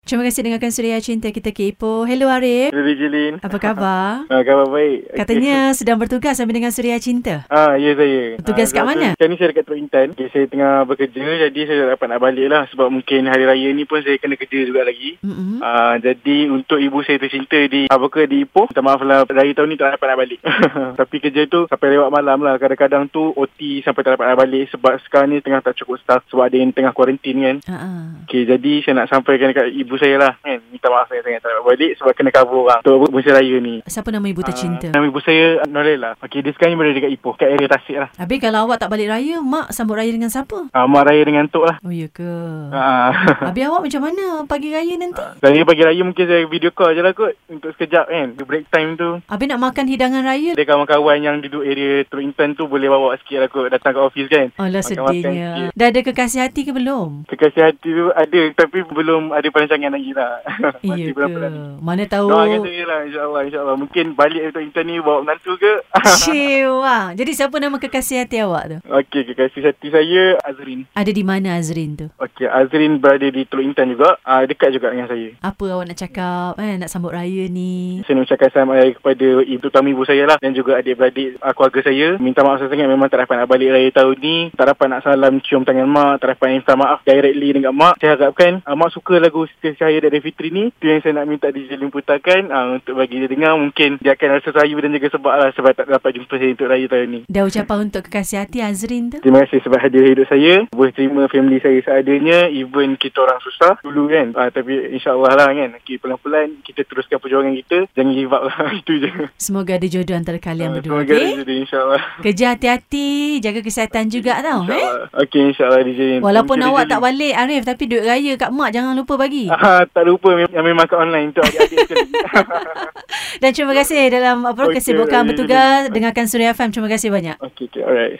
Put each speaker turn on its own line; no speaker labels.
Terima kasih dengarkan Suria Cinta Kita Kepo. Hello Arif.
Hello Jilin.
Apa khabar?
Ah, khabar baik.
Katanya sedang bertugas sambil dengan Suria Cinta.
Okay. Ah, ya saya.
Bertugas kat
Ah, sebab
mana?
tu- Sekarang ni saya dekat Teluk Intan. Okay, saya tengah bekerja jadi saya tak dapat nak balik lah sebab mungkin hari raya ni pun saya kena kerja juga lagi.
Mm-mm.
Ah, jadi untuk ibu saya tercinta di Abaka di Ipoh Minta maaf lah Raya tahun ni tak dapat nak balik Tapi kerja tu sampai lewat malam lah Kadang-kadang tu OT sampai tak dapat nak balik Sebab sekarang ni tengah tak cukup staff Sebab ada yang tengah kuarantin kan
Ha, ah.
Okay, jadi saya nak sampaikan dekat ibu saya lah kan. Minta maaf saya sangat tak dapat balik sebab kena cover orang untuk musim raya ni.
Siapa nama ibu tercinta?
Ah, nama ibu saya Norella. Okay, dia sekarang ni berada dekat Ipoh, kat area Tasik lah.
Habis kalau awak tak balik raya, mak sambut raya dengan siapa?
Ah, mak raya dengan tok lah.
Oh, ya ke?
Ah.
Habis awak macam mana pagi raya nanti?
Raya pagi raya mungkin saya video call je lah kot Untuk sekejap kan Di break time tu
Habis nak makan hidangan raya?
Dia kawan-kawan yang duduk area Teluk Intan tu Boleh bawa sikit lah kot Datang kat office kan
Alah ya. sedihnya. Dah ada kekasih hati ke belum?
Kekasih hati tu ada Tapi belum ada perancangan lagi lah
Iya
Masih
ke? Oh.
bulan-bulan ni.
Mana tahu.
Doakan saya lah insyaAllah insyaAllah Mungkin balik dari Tok Intan ni bawa menantu ke
Cewa. Jadi siapa nama kekasih hati awak tu?
Okey kekasih hati saya Azrin
Ada di mana Azrin tu?
Okey Azrin berada di Teluk Intan juga uh, Dekat juga dengan saya
Apa awak nak cakap? Eh, nak sambut raya ni.
saya nak ucapkan selamat raya kepada ibu terutama ibu saya lah dan juga adik-beradik uh, keluarga saya. Minta maaf saya sangat memang tak dapat nak balik raya tahun ni. Tak dapat nak salam cium tangan mak, tak dapat minta maaf directly dengan mak. Saya harapkan uh, mak suka lagu Setiap Cahaya dari Fitri ni. Itu yang saya nak minta DJ Lim putarkan uh, untuk bagi dia dengar. Mungkin dia akan rasa sayu dan juga sebab lah sebab tak dapat jumpa saya untuk raya tahun ni.
Dah ucapan untuk kekasih hati Azrin tu?
Terima kasih sebab hadir hidup saya. Boleh terima family saya seadanya. Even kita orang susah dulu kan. Ah, tapi insyaAllah lah kan. Okay, pelan-pelan kita teruskan perjuangan kita. Jangan give up lah. Itu je.
Semoga ada jodoh antara kalian
Ah,
berdua.
Semoga
Okay?
rezeki insyaAllah.
Kerja hati-hati. Jaga kesihatan juga tau. Eh?
InsyaAllah. Okey insyaAllah dijadikan.
Walaupun awak tak balik Arif tapi duit raya kat mak jangan lupa bagi.
Ah, tak lupa mem- yang memang kat online untuk adik-adik sekali.
Dan terima kasih dalam apa
Okey,
kesibukan
Raya.
bertugas dengarkan Suria FM. Terima kasih banyak.
Okey, okay, alright.